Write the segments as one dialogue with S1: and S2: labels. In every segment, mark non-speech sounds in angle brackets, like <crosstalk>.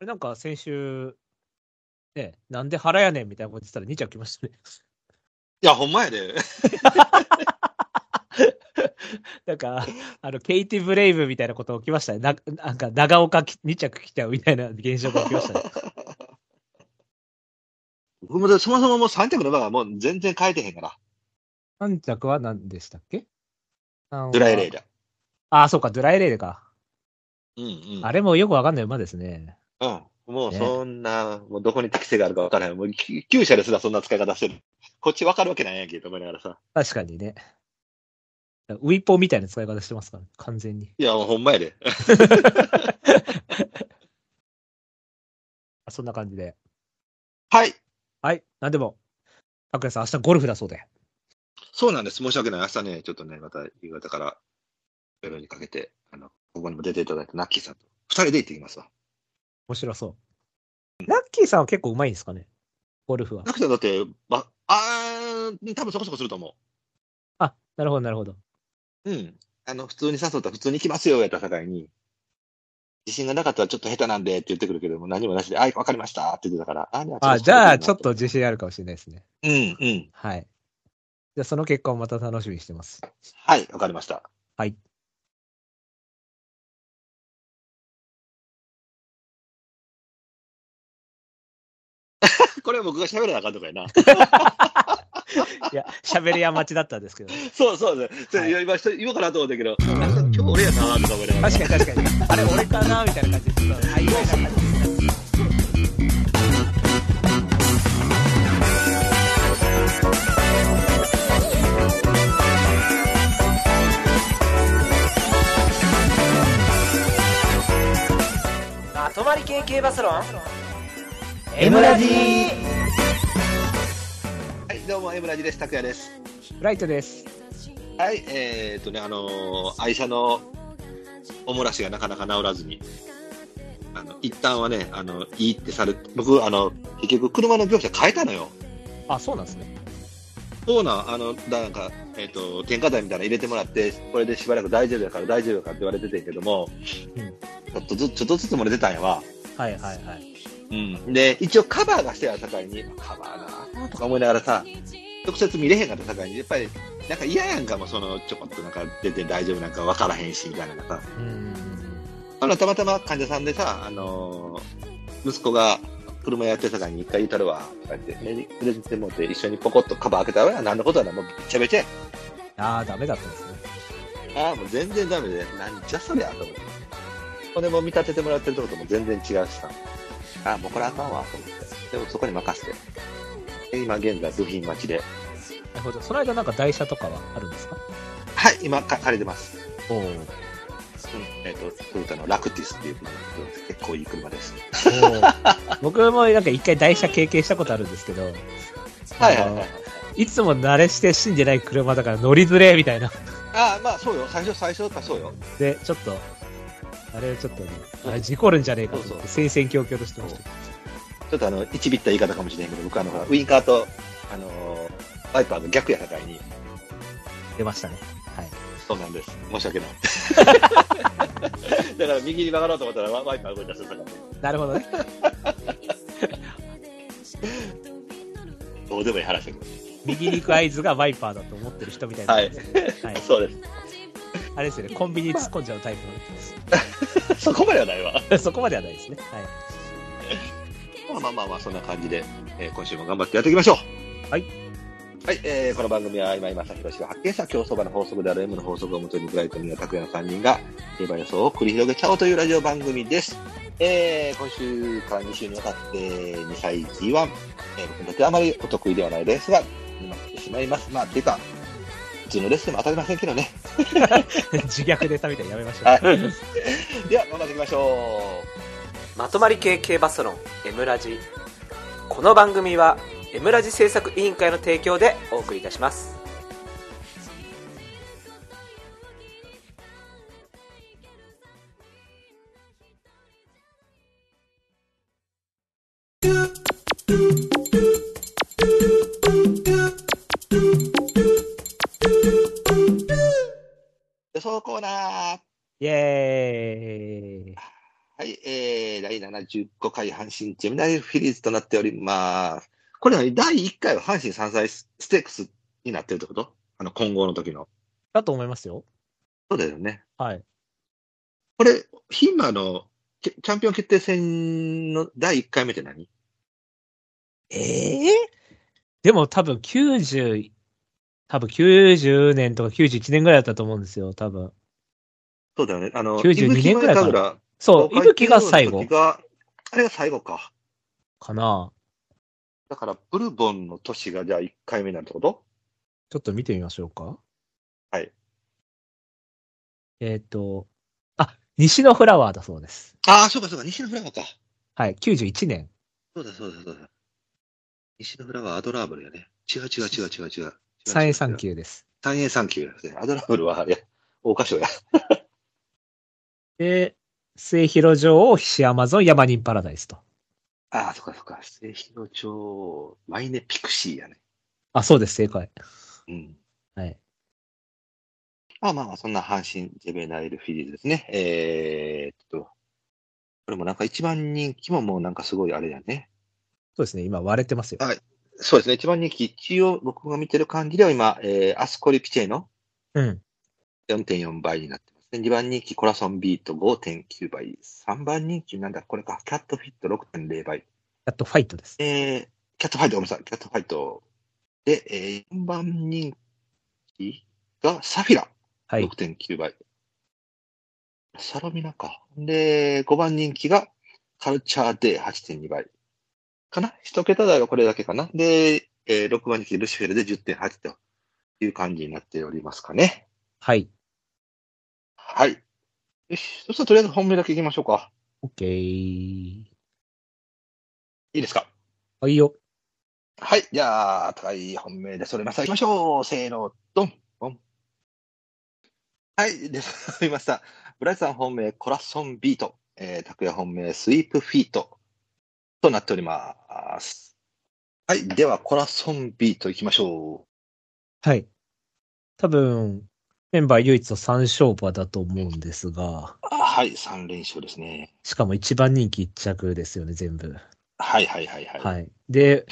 S1: れなんか先週、ね、なんで腹やねんみたいなこと言ってたら2着来ましたね。 <laughs>
S2: いや、ほんまやで。
S1: なんか、あの、ケイティ・ブレイブみたいなこと起きましたね。ななんか、長岡き2着来ちゃうみたいな現象が起きましたね。
S2: 僕もそもそももう3着の馬がもう全然変えてへんから。
S1: 3着は何でしたっけド
S2: ドライレイだ。
S1: ああ、そうか、ドライレイでか。
S2: うんうん。
S1: あれもよくわかんない馬ですね。
S2: うん。もう
S1: ね
S2: そんな、もうどこに適性があるか分からない。もうき旧車ですらそんな使い方してる。こっち分かるわけないやんけと思いながらさ。
S1: 確かにね。ウィポみたいな使い方してますから、完全に。
S2: いや、もうほんまやで。
S1: あそんな感じで。
S2: はい。
S1: はい、なんでも。拓也さん、明日ゴルフだそうで。
S2: そうなんです。申し訳ない。明日ね、ちょっとね、また夕方から夜にかけて、あの、ここにも出ていただいたナッキーさんと、二人で行ってきますわ。
S1: 面白そう。ラッキーさんは結構うまいんですかねゴルフは
S2: ナッ。キーさんだって、ば、あー、多分そこそこすると思
S1: あ、なるほど、なるほど。
S2: う。うん。あの、普通に誘ったら普通に行きますよ、やった境に。自信がなかったらちょっと下手なんでって言ってくるけども、何もなしで、あい、わかりましたって言ってたから、あ、じゃ
S1: あ、
S2: あ
S1: じゃあ、ちょっと。自信あるかもしれないですね。
S2: うん、うん。
S1: はい。じゃあ、その結果をまた楽しみにしてます。
S2: はい、わかりました。
S1: はい。
S2: これは僕が喋らなあかんとかやな。
S1: いや、喋り屋待ちだったんですけど、
S2: そうそうそう。それ今、人言おうかなと思ったけど、なんか今日俺やなあとか思いなが
S1: <laughs>
S2: ら。
S1: 確かに確かに。あれ、俺かなみたいな感じで、ちょっと、曖昧な感じ。
S3: まとまり系系バスロン
S1: M ラジ
S2: はい、どうも、エムラジです。拓也です。
S1: ライトです。
S2: はい、えー、っとね、あのー愛車のおもらしがなかなか治らずに、あの、一旦はね、あの、いいってされ、僕、あの、結局、車の業者変えたのよ。
S1: あ、そうなんですね。
S2: そうなん、あの、だなんか、えっ、と、添加剤みたいなの入れてもらって、これでしばらく大丈夫やから大丈夫やからって言われててんけども、
S1: うん
S2: ちょっとずつ、ちょっとずつ漏れてたんやわ。
S1: はいはいはい。
S2: うん。で、一応カバーがしてある境に、カバーなあとか思いながらさ、直接見れへんかった境に、やっぱり、なんか嫌やんかも、その、ちょこっとなんか出て大丈夫なんかわからへんし、みたいなのがさ。
S1: うん。
S2: あの、たまたま患者さんでさ、あのー息子が車やってたからに一回言うたるわ、とか言って、ね、プレゼント持って一緒にポコッとカバー開けたら、何のことやな、もうべちゃべちゃや。
S1: ああ、ダメだったんですね。
S2: ああ、もう全然ダメで、なんじゃそりゃ、と思って。骨も見立ててもらってるとことも全然違うしさ。ああ、もうこれあかんわ、と思って。でもそこに任せて。で今現在、部品待ちで。
S1: なるほど。その間、なんか台車とかはあるんですか
S2: はい、今、か借りてます。
S1: おお。お
S2: えっ、と、トヨタのラクティスっていう車なんですけど結構いい車です。
S1: <laughs> ー僕もなんか一回台車経験したことあるんですけど、
S2: はいはいはい。
S1: いつも慣れして死んでない車だから乗りづれえみたいな。
S2: ああ、まあそうよ。最初、最初だったらそうよ。
S1: で、ちょっと、あれをちょっとね、あれ事故るんじゃねえかと思って、戦々恐々としてました。
S2: ちょっとあの、いちびった言い方かもしれんけど、僕あの、ほらウインカーと、あのーワイパーが逆やさかいに、
S1: 出ましたね。はい。
S2: そうなんです。申し訳ない。 <laughs> だから右に曲がろうと思ったらワワイパー動いたらから、
S1: <laughs> なるほどね。
S2: どうでもいい話だけど。
S1: 右に行く合図がワイパーだと思ってる人みたいな。
S2: はい。
S1: はい
S2: そうで
S1: あれですよね、コンビニに突っ込んじゃうタイプの人
S2: す。そこまではないわ。
S1: です。そこまではないですね。はい。
S2: まあまあまあまあ、そんな感じで、えー今週も頑張ってやっていきましょう。
S1: はい。
S2: はい、えーこの番組は今今さひろしが発見した競走馬の法則である M の法則をもとにブライトミー拓也の3人が競馬予想を繰り広げちゃおうというラジオ番組です。えー今週から2週にわたって2歳 G1、えー僕にとってはあまりお得意ではないレースが決まってしまいます。まあ、っていうか、うちのレースでも当たりませんけどね。
S1: <laughs> 自虐ネタみたいにやめましょう。 <laughs>
S2: はい。では、頑張っていきましょう。
S3: まとまり系系バスロン M ラジこの番組は M ラジ制作委員会の提供でお送りいたします
S2: 予想コーナー。
S1: イエーイ。
S2: はい、えー、第15回阪神ジェミナイフィリーズとなっております。これは第1回は阪神三歳ステークスになってるってことあの、混合の時の。
S1: だと思いますよ。
S2: そうだよね。
S1: はい。
S2: これ、ヒンマーのチャチャンピオン決定戦の第1回目って何
S1: ええでも多分90、多分90年とか91年ぐらいだったと思うんですよ、多分。
S2: そうだよね。あの、
S1: 92年ぐらいかな
S2: な。
S1: そう、いぶきが最後
S2: 東海帝王の時があれが最後か。
S1: かな。
S2: だから、ブルボンの都市がじゃあ1回目になるってこと
S1: ちょっと見てみましょうか。
S2: はい。
S1: えっ、と、あ、西のフラワーだそうです。
S2: ああ、そうかそうか、西のフラワーか。
S1: はい、91年。
S2: そうだそうだそうだ。西のフラワーアドラーブルやね。違う違う違う違う違う。
S1: 三栄三。級です。
S2: 三栄三級やね。アドラーブルはあれや、大箇所や。
S1: で、末広城を菱山ゾン山人パラダイスと。
S2: ああ、そっかそっか。末広町、マイネピクシーやね。
S1: あ、そうです、正解。
S2: うん。
S1: はい。
S2: まあまあまあ、そんな阪神ジェベナイルフィリーズですね。えー、っと、これもなんか一番人気ももうなんかすごいあれやね。
S1: そうですね、今割れてますよ。
S2: あそうですね、一番人気、一応僕が見てる感じでは今、えー、アスコリピチェの
S1: うん。
S2: 4.4倍になってますね。2番人気、コラソンビート5.9倍。3番人気、なんだ、これか、キャットフィット6.0倍。
S1: やっとファイトです。
S2: えー、キャットファイト、ごめんなさい、キャットファイト。で、え4番人気がサフィラ
S1: はい。
S2: 6.9倍。サロミナか。で、5番人気がカルチャーデー8.2倍。かな一桁台がこれだけかな。で、え6番人気ルシフェルで10.8という感じになっておりますかね。
S1: はい。
S2: はい。よし。そしたらとりあえず本命だけいきましょうか。
S1: オッケー。
S2: いいですか
S1: あ、いいよ。
S2: はい。じゃあ、高い本命でそれました。行きましょう。せーの、ドン、ドン。はい。で、それました。ブライスさん本命、コラソンビート。えー、拓也本命、スイープフィート。となっております。はい。では、コラソンビート行きましょ
S1: はい。多分、メンバー唯一の三勝馬だと思うんですが、
S2: う。あはい。3連勝ですね。
S1: しかも一番人気一着ですよね、全部。
S2: はいはいはいはい。
S1: はい。で、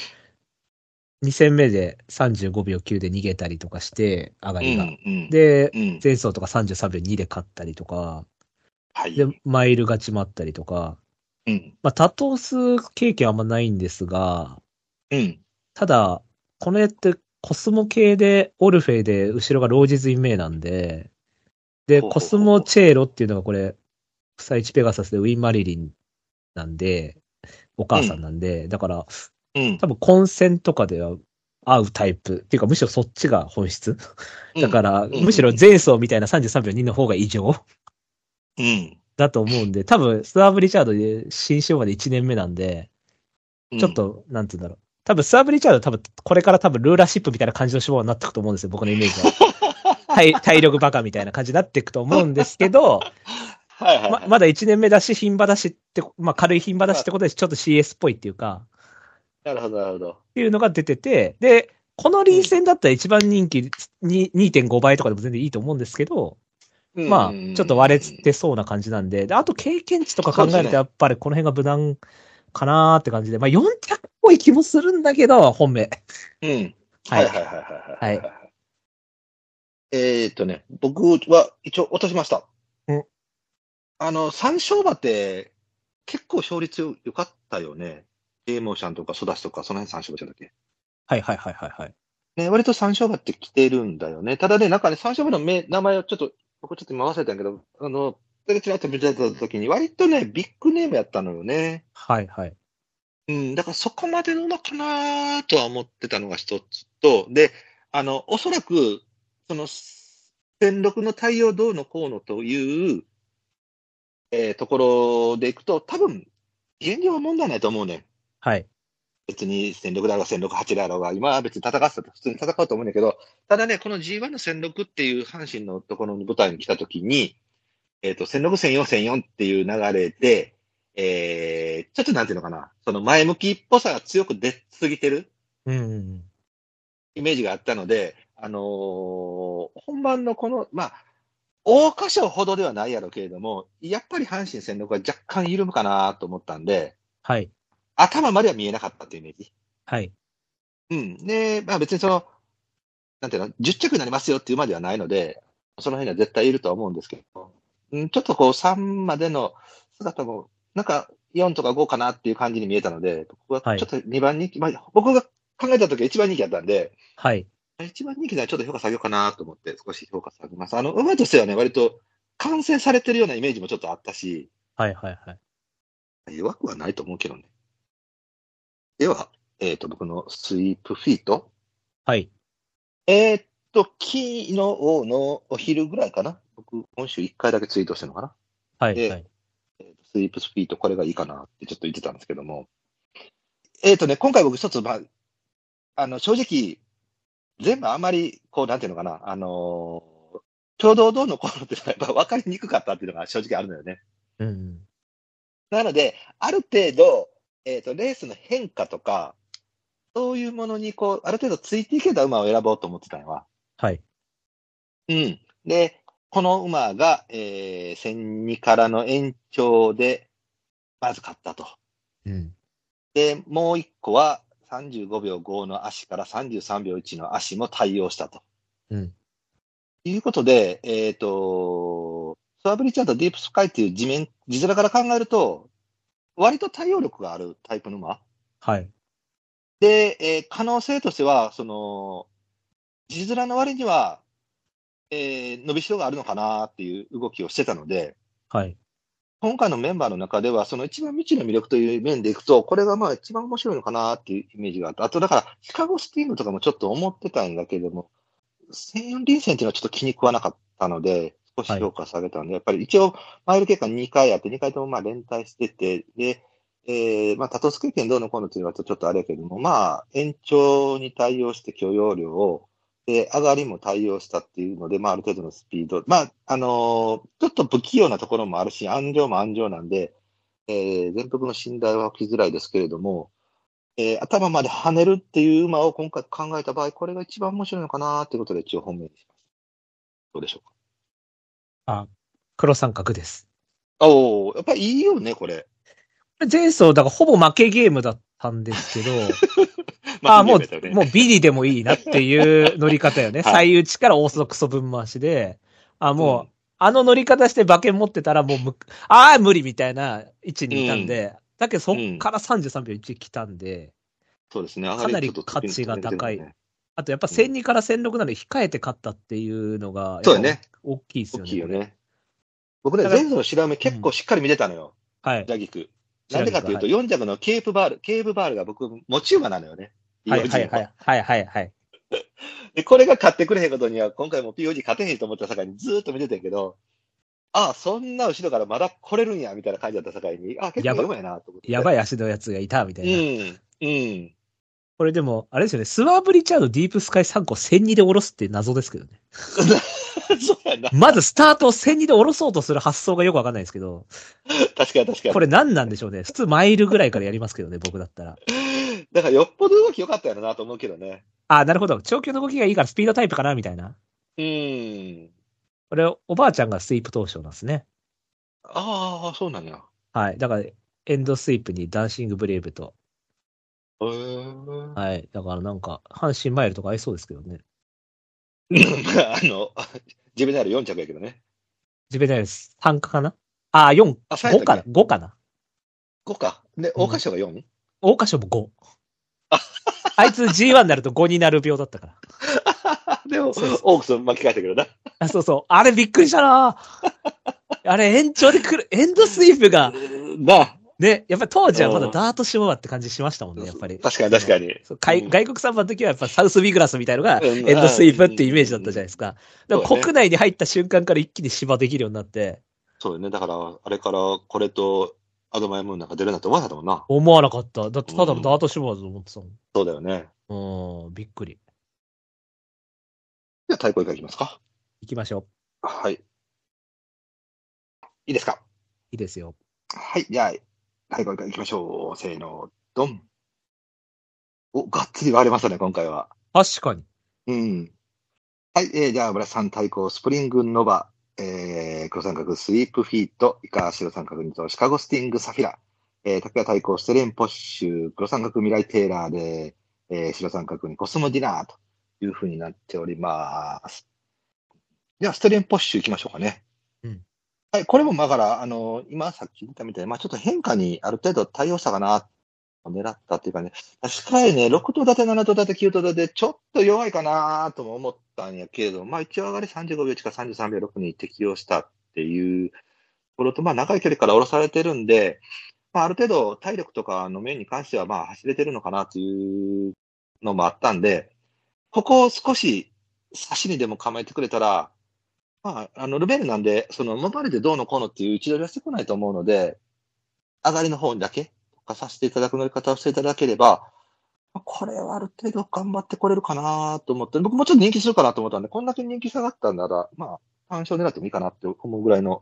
S1: 2戦目で35秒9で逃げたりとかして、上が
S2: う
S1: りが。
S2: ん、うん。、
S1: で
S2: う、ん。
S1: 前走とか33秒2で勝ったりとか、
S2: はい。
S1: で、マイル勝ちもあったりとか、
S2: うん。
S1: まあ、多頭数経験あんまないんですが、
S2: うん。
S1: ただ、この絵ってコスモ系で、オルフェイで、後ろがロージズインメイなんで、で、
S2: ほうほうほう
S1: コスモチェーロっていうのがこれ、フサイチペガサスでウィン・マリリンなんで、お母さんなんで、だから、
S2: うん。
S1: 多分混戦とかでは合うタイプ。っていうか、むしろそっちが本質。だから、
S2: ん
S1: むしろ前走みたいな33秒2の方が異常
S2: うん。
S1: だと思うんで、多分、スワーブ・リチャードで新生まで1年目なんで、
S2: うん
S1: ちょっ。と、なんて言うんだろう。多分、スワーブ・リチャードは多分、これから多分、ルーラーシップみたいな感じの脂肪になっていくと思うんですよ、僕のイメージは。
S2: <laughs>
S1: 体体力バカみたいな感じになっていくと思うんですけど、
S2: はいはい、はい
S1: ままだ1年目だし、牝馬だしって、まあ、軽い牝馬だしってことで、ちょっと CS っぽいっていうか、
S2: なるほど、なるほど。
S1: っていうのが出てて、で、この臨戦だったら一番人気に2.5倍とかでも全然いいと思うんですけど、まあ、ちょっと割れてそうな感じなんで、であと経験値とか考
S2: そ
S1: え
S2: うで
S1: ると
S2: すね
S1: やっぱりこの辺が無難かなーって感じで、まあ4着っぽい気もするんだけど、本命。
S2: うん。は
S1: はいい
S2: はいはいはい。
S1: は
S2: はい。えーっとね、僕は一応落としました。
S1: うん
S2: あの、三勝馬って結構勝率よ良かったよね。ゲーモーシャンとかソダシとか、その辺三勝馬じゃなくて。
S1: はいはいはいはいはい。
S2: ね、割と三勝馬って来てるんだよね。ただね、なんかね、三勝馬の名名前をちょっと、僕ちょっと今忘れたんやけど、あの、それちらっと見てた時に、割とね、ビッグネームやったのよね。
S1: はいはい。
S2: うん、だからそこまでのなのかなとは思ってたのが一つと、で、あの、おそらく、その、戦力の対応どうのこうのという、えーところでいくと、多分、現状は問題ないと思うねん。
S1: はい。
S2: 別に戦力だろうが戦力8だろうが、今は別に戦わせたら普通に戦うと思うんだけど、ただね、この G1 の戦力っていう阪神のところの舞台に来たときに、えっ、と、戦力戦4戦4っていう流れで、えー、ちょっとなんていうのかな、その前向きっぽさが強く出すぎてる
S1: うんうんうん。
S2: イメージがあったので、あのー本番のこの、まあ、大箇所ほどではないやろうけれども、やっぱり阪神戦力は若干緩むかなと思ったんで、
S1: はい。
S2: 頭までは見えなかったっていうイメージ。
S1: はい。
S2: うん。で、まあ別にその、なんていうの、10着になりますよっていうまではないので、その辺には絶対いるとは思うんですけど、うん、ちょっとこう3までの姿も、なんか4とか5かなっていう感じに見えたので、僕
S1: は
S2: はいちょっと2番人気、まあ僕が考えた時は1番人気だったんで、
S1: はい。
S2: 1番人気ならちょっと評価下げようかなと思って少し評価下げます。あの、馬としてはね、割と完成されてるようなイメージもちょっとあったし、
S1: はい。はい。はい。
S2: 弱くはないと思うけどね。では、えっ、と、僕のスイープフィート。
S1: はい。
S2: えーっと、昨日のお昼ぐらいかな。僕、今週1回だけツイートしてるのかな。
S1: はい。
S2: で
S1: はい。
S2: えーっとスイープスピード、これがいいかなってちょっと言ってたんですけども。えーっとね、今回僕一つ、まあ、あの、正直、全部あんまり、こう、なんていうのかな、あのーちょうどどうの頃っていうのがやっぱ分かりにくかったっていうのが正直あるのよね。
S1: うん。
S2: なので、ある程度、えーっと、レースの変化とか、そういうものに、こう、ある程度ついていけた馬を選ぼうと思ってたんやわ。
S1: はい。
S2: うん。で、この馬が、えー、戦2からの延長で、まず勝ったと。
S1: うん。
S2: で、もう1個は、35秒5の足から33秒1の足も対応したと。
S1: うん。
S2: いうことで、えっ、と、スワブリチャードディープスカイっていう地面、地面から考えると、割と対応力があるタイプの馬。
S1: はい。
S2: で、えー可能性としては、その、字面の割には、えー伸びしろがあるのかなっていう動きをしてたので、
S1: はい。
S2: 今回のメンバーの中では、その一番未知の魅力という面でいくと、これがまあ一番面白いのかなっていうイメージがあった。あと、だから、シカゴスティームとかもちょっと思ってたんだけれども、専用臨戦っていうのはちょっと気に食わなかったので、少し評価下げたんで、やっぱり一応、マイル結果2回あって、2回ともまあ連帯してて、で、えー、まあ、多頭付権どうのこうのというのはちょっとあれやけども、まあ、延長に対応して許容量を、で、上がりも対応したっていうので、まあ、ある程度のスピード。まあ、あのーちょっと不器用なところもあるし、安定も安定なんで、えー、全幅の信頼は置きづらいですけれども、えー、頭まで跳ねるっていう馬を今回考えた場合、これが一番面白いのかなということで、一応本命にします。どうでしょう
S1: 黒三角です。
S2: か。おおやっぱりいいよね、これ。
S1: 前走、だからほぼ負けゲームだったんですけど、ああ、も
S2: ま
S1: う、もうビリでもいいなっていう乗り
S2: <laughs>
S1: 方よね。
S2: はい
S1: 最内からオーソドックソ分回しで、あ、もう、
S2: うん
S1: あの乗り方して馬券持ってたらもうむ、 <laughs> ああ、無理みたいな位置にいたんで、だけどそっから33秒1来たんで、
S2: そうですね、上
S1: かなり
S2: ちょっと
S1: 価値が高い
S2: ね
S1: あとやっぱ1002から1006なので控えて勝ったっていうのが、
S2: そうだね。
S1: 大きいです
S2: 大
S1: よね。
S2: きいよね。僕ね、
S1: だから
S2: 前走の白目結構しっかり見てたのよ、
S1: はい。
S2: ジャギク。な
S1: 白
S2: ん
S1: 菊
S2: でかというと、4着のケープバール、ケープバールが僕、持ち馬なのよね。
S1: はいはい
S2: POG
S1: は
S2: の
S1: いはいはいはい。
S2: で、これが勝ってくれへんことには、今回も POG 勝てへんと思った境にずーっと見てたんやけど、ああ、そんな後ろからまだ来れるんや、みたいな感じだった境に、ああ、結
S1: やば
S2: 構馬やな、と思って。
S1: やばい足のやつがいたみたいな。
S2: うん、うん。 <laughs>
S1: これでも、あれですよね、スワーブリチャード、ディープスカイ3個1002で下ろすって謎ですけどね。
S2: そうやな。
S1: まずスタートを1002で下ろそうとする発想がよくわかんないですけど、
S2: 確かに確かに。
S1: これ何なんでしょうね。普通マイルぐらいからやりますけどね、僕だったら。
S2: だからよっぽど動き良かったやろなと思うけどね。
S1: あ、なるほど。長距離の動きがいいからスピードタイプかな、みたいな。
S2: うん。
S1: これ、おばあちゃんがスイープ投手なんですね。
S2: ああ、そうなんや。
S1: はい。だから、エンドスイープにダンシングブレイブと。
S2: へー
S1: はい。だからなんか、阪神マイルとか合いそうですけどね。
S2: <laughs> まあ、あの、ジェベナール4着やけどね。
S1: ジベナイルス3かなあ、4、
S2: あ三や
S1: 5
S2: った
S1: か
S2: っけ
S1: な ?5 かな
S2: 5か。で、
S1: うん
S2: 大箇所が 4?
S1: 大箇所も5。あいつ G1 になると5になる病だったから。
S2: でも、オ
S1: そうそう
S2: ークス巻き返したけどな。
S1: あ、そうそう。あれびっくりした
S2: <laughs>
S1: なあれ延長で来る、エンドスイープが、
S2: な
S1: ね、やっぱり当時はまだ
S2: うん
S1: ダート昭和って感じしましたもんね、やっぱり。
S2: 確かに確
S1: <laughs>
S2: かに。
S1: そう海
S2: うん
S1: 外国産版の時はやっぱサウスビグラスみたいのが
S2: うん
S1: エンドスイープってイメージだったじゃないですか。でも
S2: そうね
S1: 国内に入った瞬間から一気に芝できるようになって、
S2: そうよね。だから、あれからこれとアドマイムーンなんか出るなんて思わなかったもんな。
S1: 思わなかった。だってただのダート芝だと思ってた
S2: そうだよね。
S1: もん。うん、びっくり。
S2: じゃあ、太鼓以下いきますか。
S1: 行きましょう。
S2: はい。いいですか。
S1: いいですよ。
S2: はい。じゃあ、太鼓以下いきましょう。せーの、ドン。お、がっつり割れましたね、今回は。
S1: 確かに。
S2: うん。はい、えー、じゃあ、村さん対抗、スプリングノバ、えー、黒三角スイープフィート、イカ白三角二頭、シカゴスティングサフィラ、えー、拓也対抗ステレンポッシュ、黒三角未来テーラーで、えー、白三角にコスモディナーというふうになっております。では、ステレンポッシュいきましょうかね。
S1: うん
S2: はい、これもだから、あの、今さっき言ったみたいに、まあちょっと変化にある程度対応したかな、狙ったっていうかね、確かにね、6頭立て、7頭立て、9頭立て、ちょっと弱いかなとも思ったんやけれど、まあ一応上がり35秒近33秒6に適用したっていうところと、まあ長い距離から下ろされてるんで、まあある程度体力とかの面に関しては、まあ走れてるのかなというのもあったんで、ここを少し差しにでも構えてくれたら、まあ、あの、ルベールなんで、その、モバレでどうのこうのっていう位置取りはしてこないと思うので、上がりの方にだけ、とかさせていただく乗り方をしていただければ、まあこれはある程度頑張ってこれるかなと思って、僕もちょっと人気するかなと思ったんで、こんだけ人気下がったんなら、まあ、単勝狙ってもいいかなって思うぐらいの、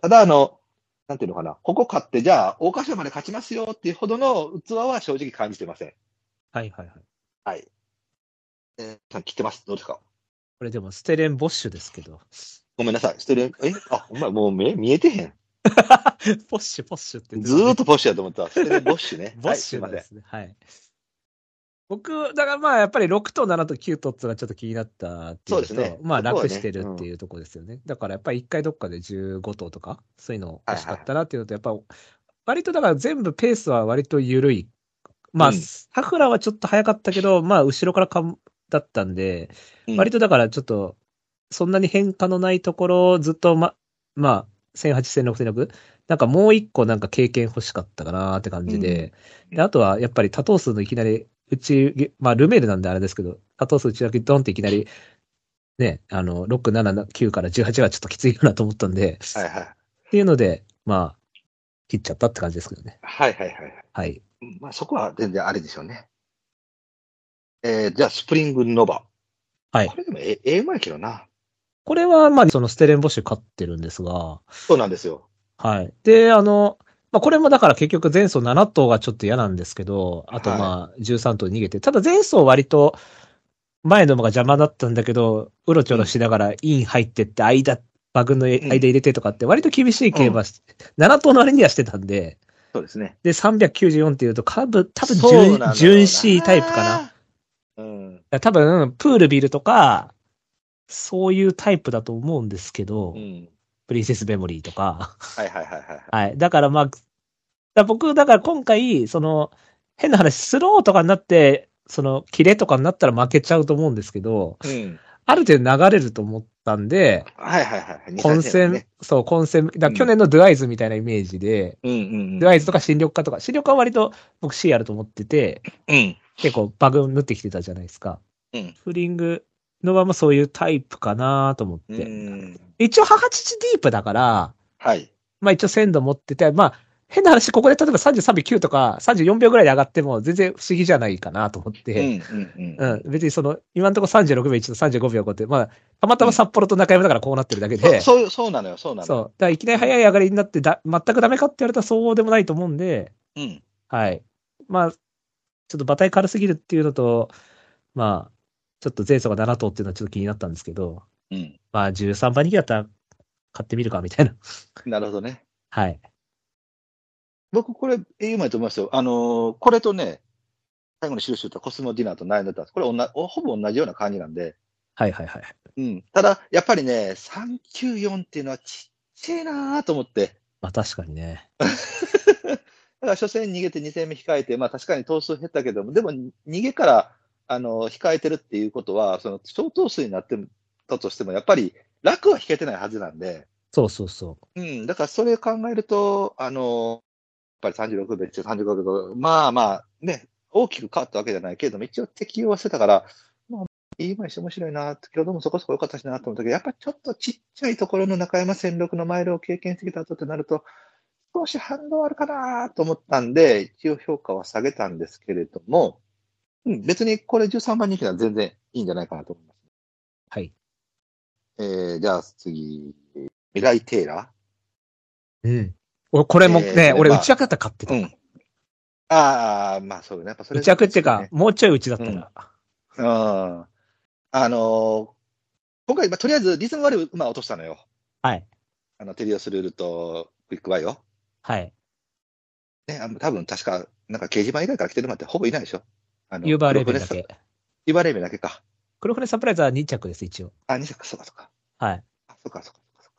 S2: ただあの、なんていうのかな、ここ勝って、じゃあ、大箇所まで勝ちますよっていうほどの器は正直感じてません。
S1: はいはいはい。
S2: はい。えー、切ってます。どうですか
S1: これでもステレンボッシュですけ
S2: <laughs>
S1: ど。
S2: ごめんなさい。してる、えあ、お前もう目見えてへん。
S1: ボッシュ、ボッシュって言って
S2: ず
S1: た。
S2: ーっとポッシュやと思った。してるボッシュね
S1: <laughs> ボッシュ
S2: は
S1: ないん
S2: すいません
S1: ですね。はい。僕、だからまあやっぱり6と7と9とっていうのはちょっと気になったっていうのと
S2: そうですね
S1: まあ
S2: そこは
S1: 楽
S2: ね
S1: してるっていうところですよね。だからやっぱり一回どっかで15頭とか、そういうの
S2: はいはい
S1: 欲しかったなっていうのと、やっぱ割とだから全部ペースは割と緩い。まあ、
S2: うん
S1: サフラはちょっと早かったけど、まあ後ろからかんだったんで、
S2: うん
S1: 割とだからちょっと、そんなに変化のないところをずっとま、まあ、1008、1006、1006、なんかもう一個なんか経験欲しかったかなって感じで、
S2: うん
S1: であとはやっぱり多頭数のいきなり、うち、まあルメールなんであれですけど、多頭数内訳ドンっていきなり、ね、あの、6、7、9から18はちょっときついかなと思ったんで、
S2: はいはい。
S1: っていうので、まあ、切っちゃったって感じですけどね。
S2: はいはいはい。
S1: はい。
S2: まあ、そこは全然あれでしょうね。えー、じゃあ、スプリングノバ。
S1: はい
S2: これでもえ、ええ馬やけどな。
S1: これは、まあ、そのステレンボッシュ勝ってるんですが、
S2: そうなんですよ。
S1: はい。で、あの、まあ、これもだから結局前走7頭がちょっと嫌なんですけど、あと
S2: はい
S1: まあ13頭逃げて、ただ前走割と前の馬が邪魔だったんだけど、うろちょろしながらイン入ってって間、バグの間入れてとかって割と厳しい競馬し、7頭のあれにはしてたんで、
S2: そうですね。
S1: で394っていうと多分、多分
S2: そうなんだろうな
S1: 準準 C タイプかな。だか。
S2: うん。
S1: ら多分、プールビルとか、そういうタイプだと思うんですけど、
S2: うん。
S1: プリンセスメモリーとか。
S2: はいはいはいはい。
S1: はい。だからまあ、だ僕、だから今回、その、変な話、スローとかになって、その、キレとかになったら負けちゃうと思うんですけど、
S2: うん。
S1: ある程度流れると思ったんで、
S2: はいはいはい。
S1: 混戦、
S2: ね
S1: そう、混戦、だ
S2: うん
S1: 去年のドゥアイズみたいなイメージで、
S2: うんうんうん。
S1: ドゥアイズとか新緑化とか、新緑化は割と僕 C あると思ってて、
S2: うん。
S1: 結構バグ縫ってきてたじゃないですか。
S2: うん
S1: フリングのままそういうタイプかなと思っ
S2: う
S1: て。
S2: ん。
S1: 一応、母父ディープだから、
S2: はい。
S1: まあ一応鮮度持ってて、まあ変な話、ここで例えば33秒9とか34秒ぐらいで上がっても全然不思議じゃないかなと思っ
S2: うんう
S1: て、
S2: ん
S1: う、
S2: うんん。
S1: 別にその、今のところ36秒1と35秒5って、まあ、たまたま札幌と中山だからこうなってるだけ
S2: そう
S1: で、
S2: そういう、そうなのよ、そうな
S1: そ
S2: の
S1: う
S2: よ。。
S1: だからいきなり早い上がりになってだ、全くダメかって言われたらそうでもないと思うんで、
S2: うん。
S1: はい。まあ、ちょっと馬体軽すぎるっていうのと、まあ、ちょっと前走が7頭っていうのはちょっと気になったんですけど、
S2: うん。
S1: まあ13番人気だったら買ってみるかみたいな。
S2: なるほどね。
S1: はい。
S2: 僕、これ、ええ馬やと思いますよ。あのーこれとね、最後の印を打ったコスモディナーと悩んでたんです。これおんな、おほぼ同じような感じなんで、
S1: はいはいはい。
S2: うん、ただ、やっぱりね、394っていうのはちっちゃいなぁと思って、
S1: まあ確かにね。
S2: だから初戦逃げて2戦目控えて、まあ、確かに投数減ったけども、でも逃げからあの控えてるっていうことは、その小投数になってたとしても、やっぱり楽は引けてないはずなんで、
S1: そうそうそう。
S2: うん、だからそれを考えると、あのやっぱり36秒中35秒、まあまあ、ね、大きく変わったわけじゃないけれども、一応適用はしてたから、まあ、いい前して面白いな、けどもそこそこ良かったしなと思ったけど、やっぱりちょっとちっちゃいところの中山戦力のマイルを経験してきた後ってなると、少し反応あるかなと思ったんで、一応評価は下げたんですけれども、うん、別にこれ13番人気なら全然いいんじゃないかなと思います。
S1: はい。
S2: えー、じゃあ次、未来テイラー。
S1: うん。俺、これもね、
S2: えー
S1: 俺、
S2: まあ
S1: 内枠だったら買ってた。
S2: うん。ああ、まあそうね。やっぱそれ、
S1: 内枠っていうか、もうちょい内だったら。
S2: うんうん。あのー今回、まあ、とりあえずリズム悪い馬を落としたのよ。
S1: はい。
S2: あの、テリオスルールとクイックバイオ。
S1: はい。
S2: ね、あの多分確か、なんか掲示板以外から来てる馬ってほぼいないでしょ。あの
S1: ユーバーレベルだ。
S2: 黒船
S1: け
S2: さ。ユーバーレベルだけか。
S1: 黒船サプライズは2着です、一応。
S2: あ、2着、そうかそうか。
S1: はい。
S2: あ、そうかそうかそうかそうか。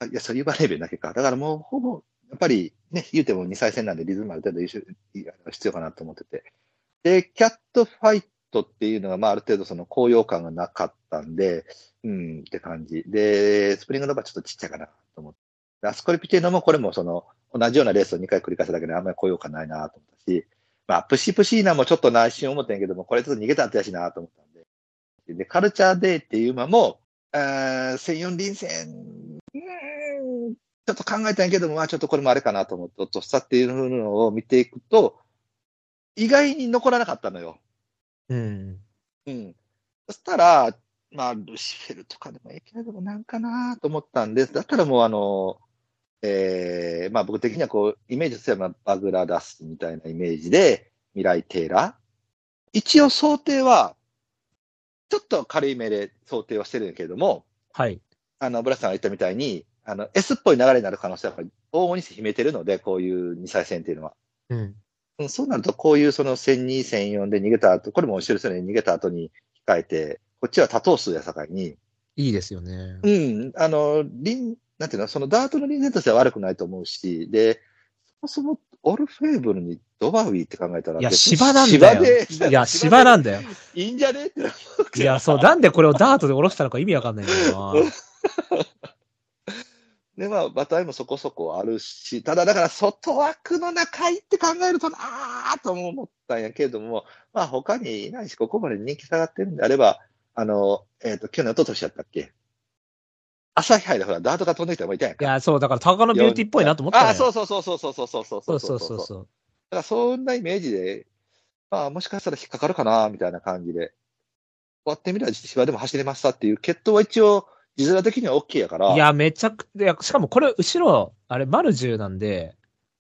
S2: あいや、そう、ユーバーレベルだけか。だからもうほぼ、やっぱりね、言うても2歳戦なんでリズムある程度一緒いや必要かなと思ってて。で、キャットファイトっていうのは、まあある程度その高揚感がなかったんで、うんって感じ。で、スプリングの場はちょっとちっちゃいかなと思って。でアスコリピティのもこれもその、同じようなレースを2回繰り返しただけであんまり高揚感ないなと思ったし、まあ、プシプシーナもちょっと内心思ったんやけども、これちょっと逃げた後やしなと思ったんで。で、カルチャーデーっていう馬も、あー1004臨戦、うーんちょっと考えたんやけども、まあちょっとこれもあれかなと思って、落としたっていうのを見ていくと、意外に残らなかったのよ。
S1: うん。
S2: うん。そしたら、まあ、ルシフェルとかでも、エキアでもなんかなと思ったんです。だったらもう、あの、えーまあ僕的にはこう、イメージとしてはまあバグラダスみたいなイメージで、未来テーラー。一応想定は、ちょっと軽い目で想定はしてるんやけれども、
S1: はい。
S2: あの、ブラスさんが言ったみたいに、あの、S っぽい流れになる可能性はやっぱり往々にして秘めてるので、こういう二歳戦っていうのは。
S1: うん。
S2: うんそうなると、こういうその1002、1004で逃げた後、これも後ろですよね、逃げた後に控えて、こっちは多頭数やさかいに、
S1: いいですよね。
S2: うん、あの、臨、なんていうの、そのダートの臨然としては悪くないと思うし、で、そもそもオルフェーブルにドバウィーって考えたら、
S1: いや、
S2: 別に
S1: 芝なんだよ。
S2: 芝で
S1: いや、芝なんだよ。
S2: いいんじゃねってなる
S1: いや、そう、なんでこれをダートで下ろしたのか意味わかんないんだよな。
S2: で、まあ、馬体もそこそこあるし、ただだから外枠の中いって考えるとなぁとも思ったんやけれども、まあ他にいないし、ここまで人気下がってるんであれば、あの、えっ、と、去年、一昨年やったっけ朝日杯でほら、ダートが飛んできたらもいたやん
S1: い
S2: か。
S1: や、そう、だから、高野ビューティーっぽいなと思った
S2: ああ、そううそうそうそうそうそうそうそう
S1: そ
S2: そうう
S1: そう
S2: そ
S1: そうう
S2: だか
S1: そう。
S2: らそんなイメージで、まあもしかしたら引っかかるかなみたいな感じで。終わってみれば芝でも走れましたっていう、決闘は一応、字面的には OK やから。
S1: い、や、めちゃくちゃ、しかもこれ、後ろ、あれ、マルジュなんで、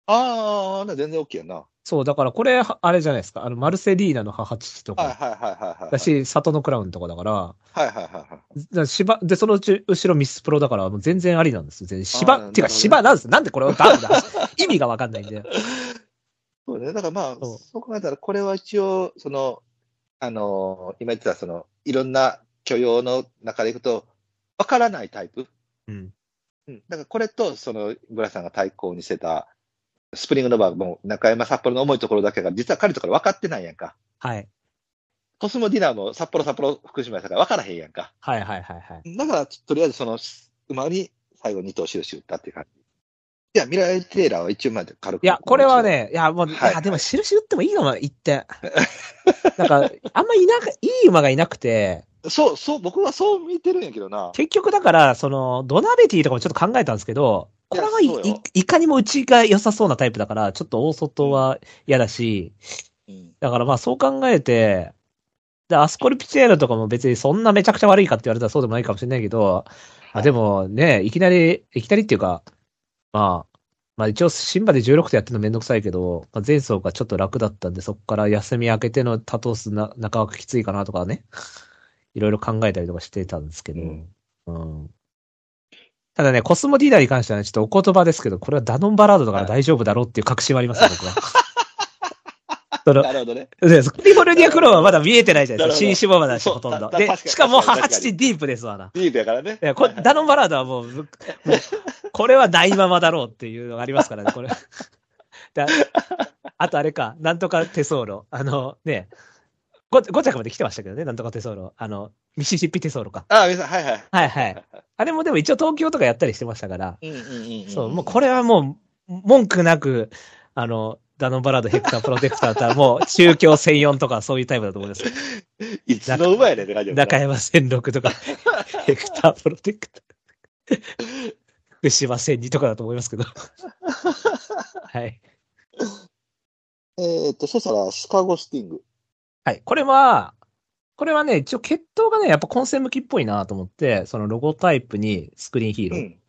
S2: ああ、全然 OK やな。
S1: そう、だからこれ、はあれじゃないですか、あの、マルセリーナの母父と
S2: はい
S1: か、
S2: はいはいはいはい。
S1: だし、里のクラウンとかだから、
S2: はいはいはいはい。
S1: だから芝、で、そのうち、後ろミスプロだから、もう全然ありなんですよ。全然
S2: あーなる
S1: 芝、
S2: ほど
S1: てか芝なんですなんでこれをダートで走る意味がわかんないんで。
S2: そうね。だからまあ、
S1: そう
S2: そう考えたら、これは一応、その、あのー今言ってた、その、いろんな許容の中でいくと、わからないタイプ。
S1: うん。
S2: うん。だからこれと、その、村さんが対抗にしてた、スプリングノバーも中山札幌の重いところだけが、実は彼とから分かってないやんか。
S1: はい。
S2: コスモディナーも札幌、札幌、福島やったから分からへんやんか。
S1: はいはいはいはい。
S2: だから、とりあえずその、馬に最後2頭印打ったっていう感じ。いや、ミライ・テイラーは一応まで軽く。
S1: いや、これは、ね、いや、もう、い
S2: はいは
S1: や、
S2: い
S1: でも印打ってもいいのも一点。なんか、あんまいなく、いい馬がいなくて、
S2: そう、そう、僕はそう見てるんやけどな。
S1: 結局だから、その、ドナベティとかもちょっと考えたんですけど、これはいい
S2: やそうよ
S1: いいかにもうちが良さそうなタイプだから、ちょっと大外は嫌だし、
S2: うん。
S1: だからまあそう考えて、でアスコルピチェーロとかも別にそんなめちゃくちゃ悪いかって言われたらそうでもないかもしれないけど、あでもね、いきなり、いきなりっていうか、まあ、まあ一応、新馬で16頭やってるのめんどくさいけど、まあ、前走がちょっと楽だったんで、そこから休み明けての多頭数な中枠きついかなとかね、 <laughs> いろいろ考えたりとかしてたんですけど、
S2: うん
S1: うんただね、コスモディーダーに関してはね、ちょっとお言葉ですけど、これはダノンバラードだから大丈夫だろうっていう確信はありますね、僕
S2: <laughs>
S1: は。その
S2: なるほどね。
S1: でカリフォルニアクローはまだ見えてないじゃないですか。
S2: <laughs> なるほど
S1: 新種馬だし、ほとん
S2: そ
S1: ど。
S2: うた
S1: で
S2: 確、かに
S1: しかも、
S2: 確かに
S1: 母父ディープですわな。
S2: ディープやからね。
S1: いや、こダノンバラードはもう、もうこれはないままだろうっていうのがありますからね、これ。 <laughs> だあとあれか、なんとかテソーロ。あの、ね、5, 着まで来てましたけどね、なんとかテソーロ。あの、ミシシッピテソーロか。
S2: あ、皆さん、はいはい。
S1: はいはい。あれもでも一応東京とかやったりしてましたから、
S2: うんうんうん。
S1: そう、もうこれはもう、文句なく、あの、ダノンバラード、ヘクター、プロテクターだったら、もう、中京1004とかそういうタイプだと思います。
S2: いつの馬やねんって感じやもんな
S1: 中山1006とか、
S2: <laughs>
S1: ヘクター、プロテクター、福島1002とかだと思いますけど。はい。
S2: えーっと、そしたら、シカゴスティング。
S1: はい。これは、これはね、一応血統がね、やっぱ混戦向きっぽいなと思って、そのロゴタイプにスクリーンヒーロ
S2: う
S1: ー。
S2: ん。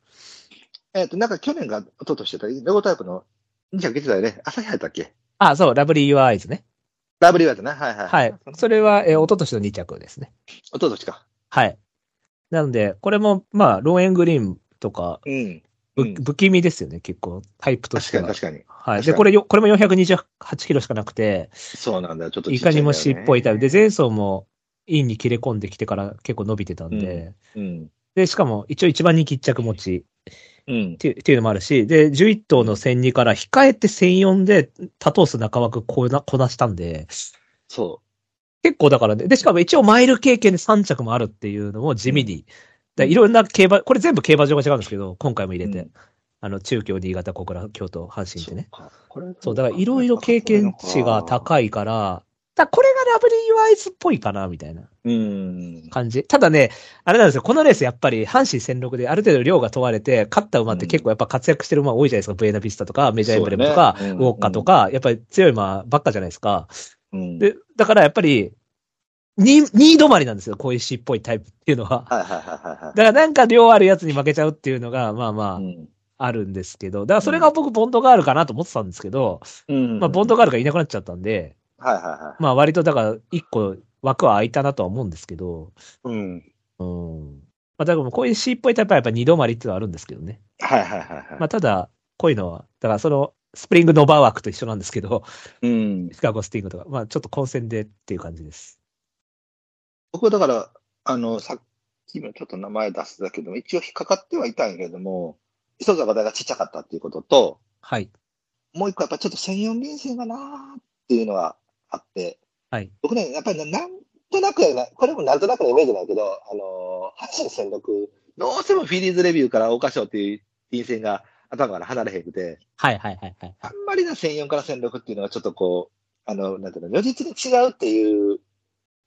S2: えーっと、なんか去年が、一昨年やった、レゴタイプの、2着出てたよね。朝日入ったっけ
S1: あ、そう、ラブリー・ユア・アイズね。
S2: ラブリーワードね。はいはい。
S1: はい。それは、えー、一昨年の2着ですね。
S2: おととしか。
S1: はい。なので、これも、まあ、ローエングリーンとか、
S2: うん。
S1: ぶ
S2: うん
S1: 不気味ですよね、結構、タイプとし
S2: 確
S1: て
S2: か
S1: は。
S2: に確かに。
S1: はい。
S2: 確か
S1: で、
S2: に
S1: これよ、これも428キロしかなくて、
S2: そうなんだよ。ちょっとち
S1: い
S2: っちゃ
S1: か
S2: んだ
S1: に
S2: よね
S1: も死っぽいタイプで、前走もインに切れ込んできてから結構伸びてたんで、
S2: うん。
S1: で、しかも一応一番人気一着持ち
S2: うん
S1: っ。ていうっていうのもあるし、で、11頭の1002から控えて1004で多頭数中枠こなこなしたんで、
S2: そ
S1: 結構だからね、で、しかも一応マイル経験で3着もあるっていうのも地味に、だいろんな競馬、これ全部競馬場が違うんですけど、今回も入れて、
S2: うん
S1: あの、中京、新潟、小倉、京都、阪
S2: う。
S1: 神ってね。
S2: そうか。これ。
S1: そう、だからいろいろ経験値が高いから、だからこれがラブリーワイズっぽいかな、みたいない
S2: うん。
S1: 感じ。ただね、あれなんですよ、このレースやっぱり阪神戦力である程度量が問われて、勝った馬って結構やっぱ活躍してる馬多いじゃないですか、ブエナビスタとか、メジャーエンブレムとか、
S2: そうねうん
S1: ウォッカとか、やっぱり強い馬ばっかじゃないですか。
S2: うん、
S1: で、だからやっぱり、2、2位止まりなんですよ、小石っぽいタイプっていうのは。
S2: はいはいはいはい
S1: だからなんか量あるやつに負けちゃうっていうのが、まあ
S2: は
S1: ま
S2: い。
S1: あ、あるんですけど、だからそれが僕、ボンドガールかなと思ってたんですけど、
S2: うん。
S1: まあ、ボンド
S2: が。
S1: ガールがいなくなっちゃったんで、
S2: はいはいは
S1: まあ、割とだから、一個枠は空いたなとは思うんですけど、
S2: い。うん。
S1: うん。まあ、だからもうこういう C っぽいタイプはやっぱ二度まりっていうのはあるんですけどね。
S2: はいはいはいはい。
S1: まあ、ただ、こういうのは、だからその、スプリングノバー枠と一緒なんですけど、 <laughs>
S2: うん。
S1: シカゴスティングとか、まあ、ちょっと混戦でっていう感じです。
S2: 僕はだから、あの、さっきもちょっと名前出すだけども、一応引っかかってはいたんやけども、一つは話題がちっちゃかったっていうことと、
S1: はい。
S2: もう一個やっぱちょっと専用便箋がなーっていうのはあって、
S1: はい。
S2: 僕ね、やっぱりななんとなくやな、これもなんとなくのイメージなんだけど、あのー、阪神戦六、どうしてもフィリーズレビューから桜花賞っていう便箋が頭から離れへんくて、
S1: はいはいはいはい。
S2: あんまりな1004から1006っていうのがちょっとこう、あの、なんていうの、如実に違うっていう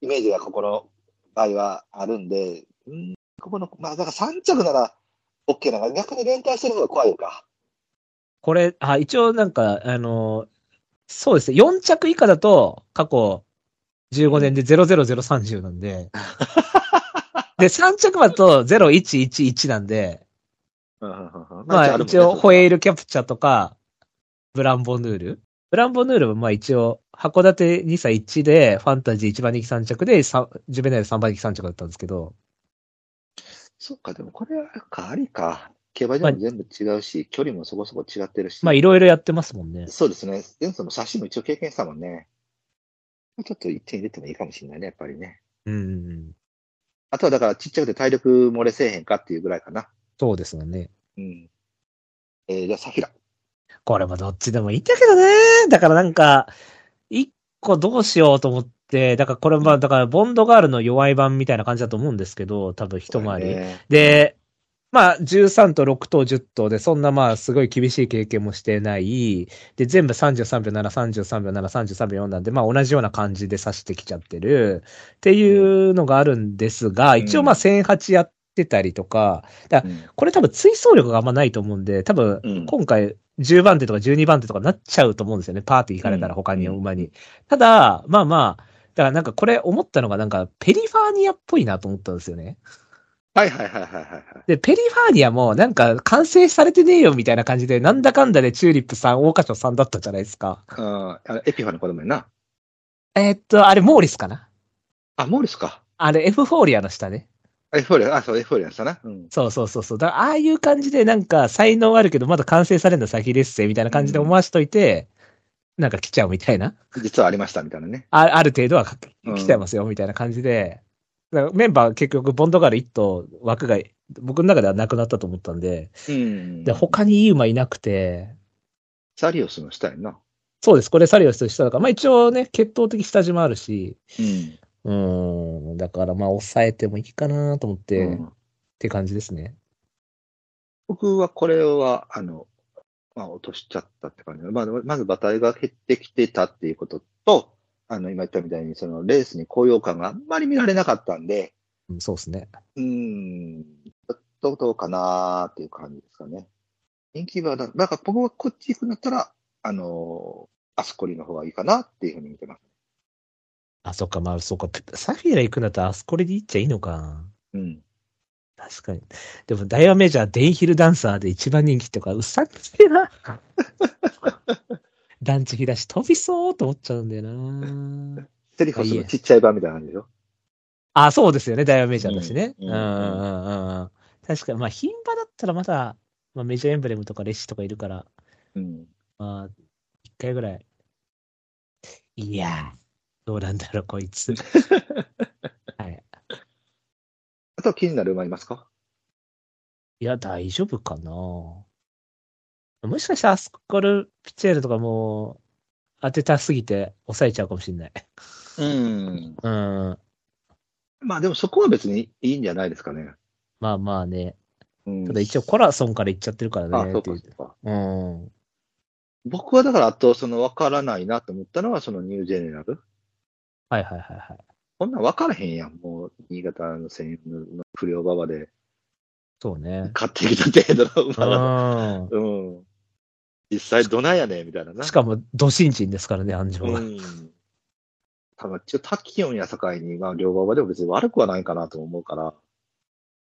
S2: イメージがここの場合はあるんで、うん、ここの、まあだから3着なら OK なのが逆に連帯してる方が怖いのか。
S1: これ、あ、一応なんか、あの、そうですね、4着以下だと、過去15年で00030なん <laughs> で、で、3着だと0111なんで、まあ一応、ホエー
S2: ル。
S1: ルキャプチャとか、ブランボヌール。ブランボヌールもまあ一応、函館2歳1で、ファンタジー1番人気3着で、さジュベナイル3番人気3着だったんですけど、
S2: そっか、でもこれはかありか。競馬場も全部違うし、距離もそこそこ違ってるし。
S1: まあいろいろやってますもんね。
S2: そうですね。前走も差しも一応経験したもんね。ちょっと1点入れてもいいかもしれないね、やっぱりね。
S1: うん。
S2: あとはだからちっちゃくて体力漏れせえへんかっていうぐらいかな。
S1: そうですよね。
S2: うん。えー、じゃあ、サフィラ。
S1: これもどっちでもいいんだけどね。だからなんか、一個どうしようと思って、だからこれまあ、だからボンドガールの弱い版みたいな感じだと思うんですけど、多分一回り。
S2: ね
S1: で、まあ13と6と10頭で、そんなまあすごい厳しい経験もしてない。で、全部33秒7、33秒7、33秒4なんで、まあ同じような感じで指してきちゃってる。っていうのがあるんですが、
S2: うん
S1: 一応まあ1008やってたりとか、
S2: うん
S1: これ多分追走力があんまないと思うんで、多
S2: う
S1: 分
S2: ん
S1: 今回10番手とか12番手とかなっちゃうと思うんですよね。パーティー行かれたら他に
S2: うん
S1: 馬に。ただ、まあまあ、だからなんかこれ思ったのがなんかペリファーニアっぽいなと思ったんですよね。
S2: はいはいはいはいはいはい。
S1: で、ペリファーニアもなんか完成されてねえよみたいな感じで、なんだかんだでチューリップさん、桜花賞さんだったじゃないですか。
S2: あーあれエピファの子供やな。
S1: えーっと、あれモーリスかな
S2: あ、モーリスか。
S1: あれエフフォーリアの下ね。
S2: あエフフォーリア、あ、そう、エフフォーリアさな。うん。
S1: そうそうそうそう。だからああいう感じでなんか才能あるけどまだ完成されるの先ですぜみたいな感じで思わしといて、なんか来ちゃうみたいな。
S2: 実はありました、みたいなね。
S1: あある程度は
S2: うん
S1: 来ちゃいますよ、みたいな感じで、だからメンバー結局、ボンドガール1頭枠が僕の中ではなくなったと思ったんで、
S2: うん
S1: で他にいい馬いなくて、
S2: サリオスの下やな。
S1: そうです、これサリオスと一緒だから、まあ一応ね、血統的下地もあるし、
S2: うん。
S1: うーん、だからまあ抑えてもいいかなと思って、
S2: う
S1: っ
S2: ん
S1: て感じですね。
S2: 僕はこれは、あの、まあ、落としちゃったって感じ。まあ、まず馬体が減ってきてたっていうことと、あの、今言ったみたいに、その、レースに高揚感があんまり見られなかったんで、
S1: うん、そうですね。
S2: うん、ちょっとどうかなーっていう感じですかね。人気馬だ。なんか僕はこっち行くんだったら、あのー、アスコリの方がいいかなっていうふうに見てます。
S1: あ、そっか、まあそっか、サフィーラ行くんだったらあそこで行っちゃいいのか。
S2: うん。
S1: 確かに。でも、ダイヤメジャー、デイヒルダンサーで一番人気とか、うさんくせえ <laughs> な。団地日だし、飛びそうと思っちゃうんだよな。
S2: セリフォスのちっちゃい版みたいな感じでしょ
S1: あ、そうですよね。ダイヤメジャーだしね。う
S2: うんん
S1: うんうんうん。確かに、まあ、牝馬だっただまだ、まあ、メジャーエンブレムとかレシとかいるから、
S2: うん。
S1: まあ、一回ぐらい。いやー、どうなんだろう、こい
S2: <laughs>
S1: つ。はい。
S2: あと気になる馬いますか
S1: いや、大丈夫かなもしかしたらアスコルピチェールとかもう当てたすぎて抑えちゃうかもしれない。
S2: うん。
S1: うん。
S2: まあでもそこは別にいいんじゃないですかね。
S1: まあまあね。
S2: うん
S1: ただ一応コラソンから行っちゃってるから
S2: あ、
S1: ね。
S2: そ
S1: っ
S2: う
S1: て
S2: か
S1: い
S2: そううか。
S1: うん。
S2: 僕はだから、あと、その、わからないなと思ったのは、その、ニュージェネラル。
S1: はいはいはいはい。
S2: こんなんわからへんやん。もう、新潟の専用の不良馬場で、
S1: そうね。
S2: 買ってきた程度の馬なの
S1: う
S2: うん。実際どないやねんみたいなな。
S1: ん。しかも、ド新人ですからね、安城
S2: う
S1: は。
S2: ん。ただ、一応、タキオンや境に、まあ、両馬場でも別に悪くはないかなと思うから、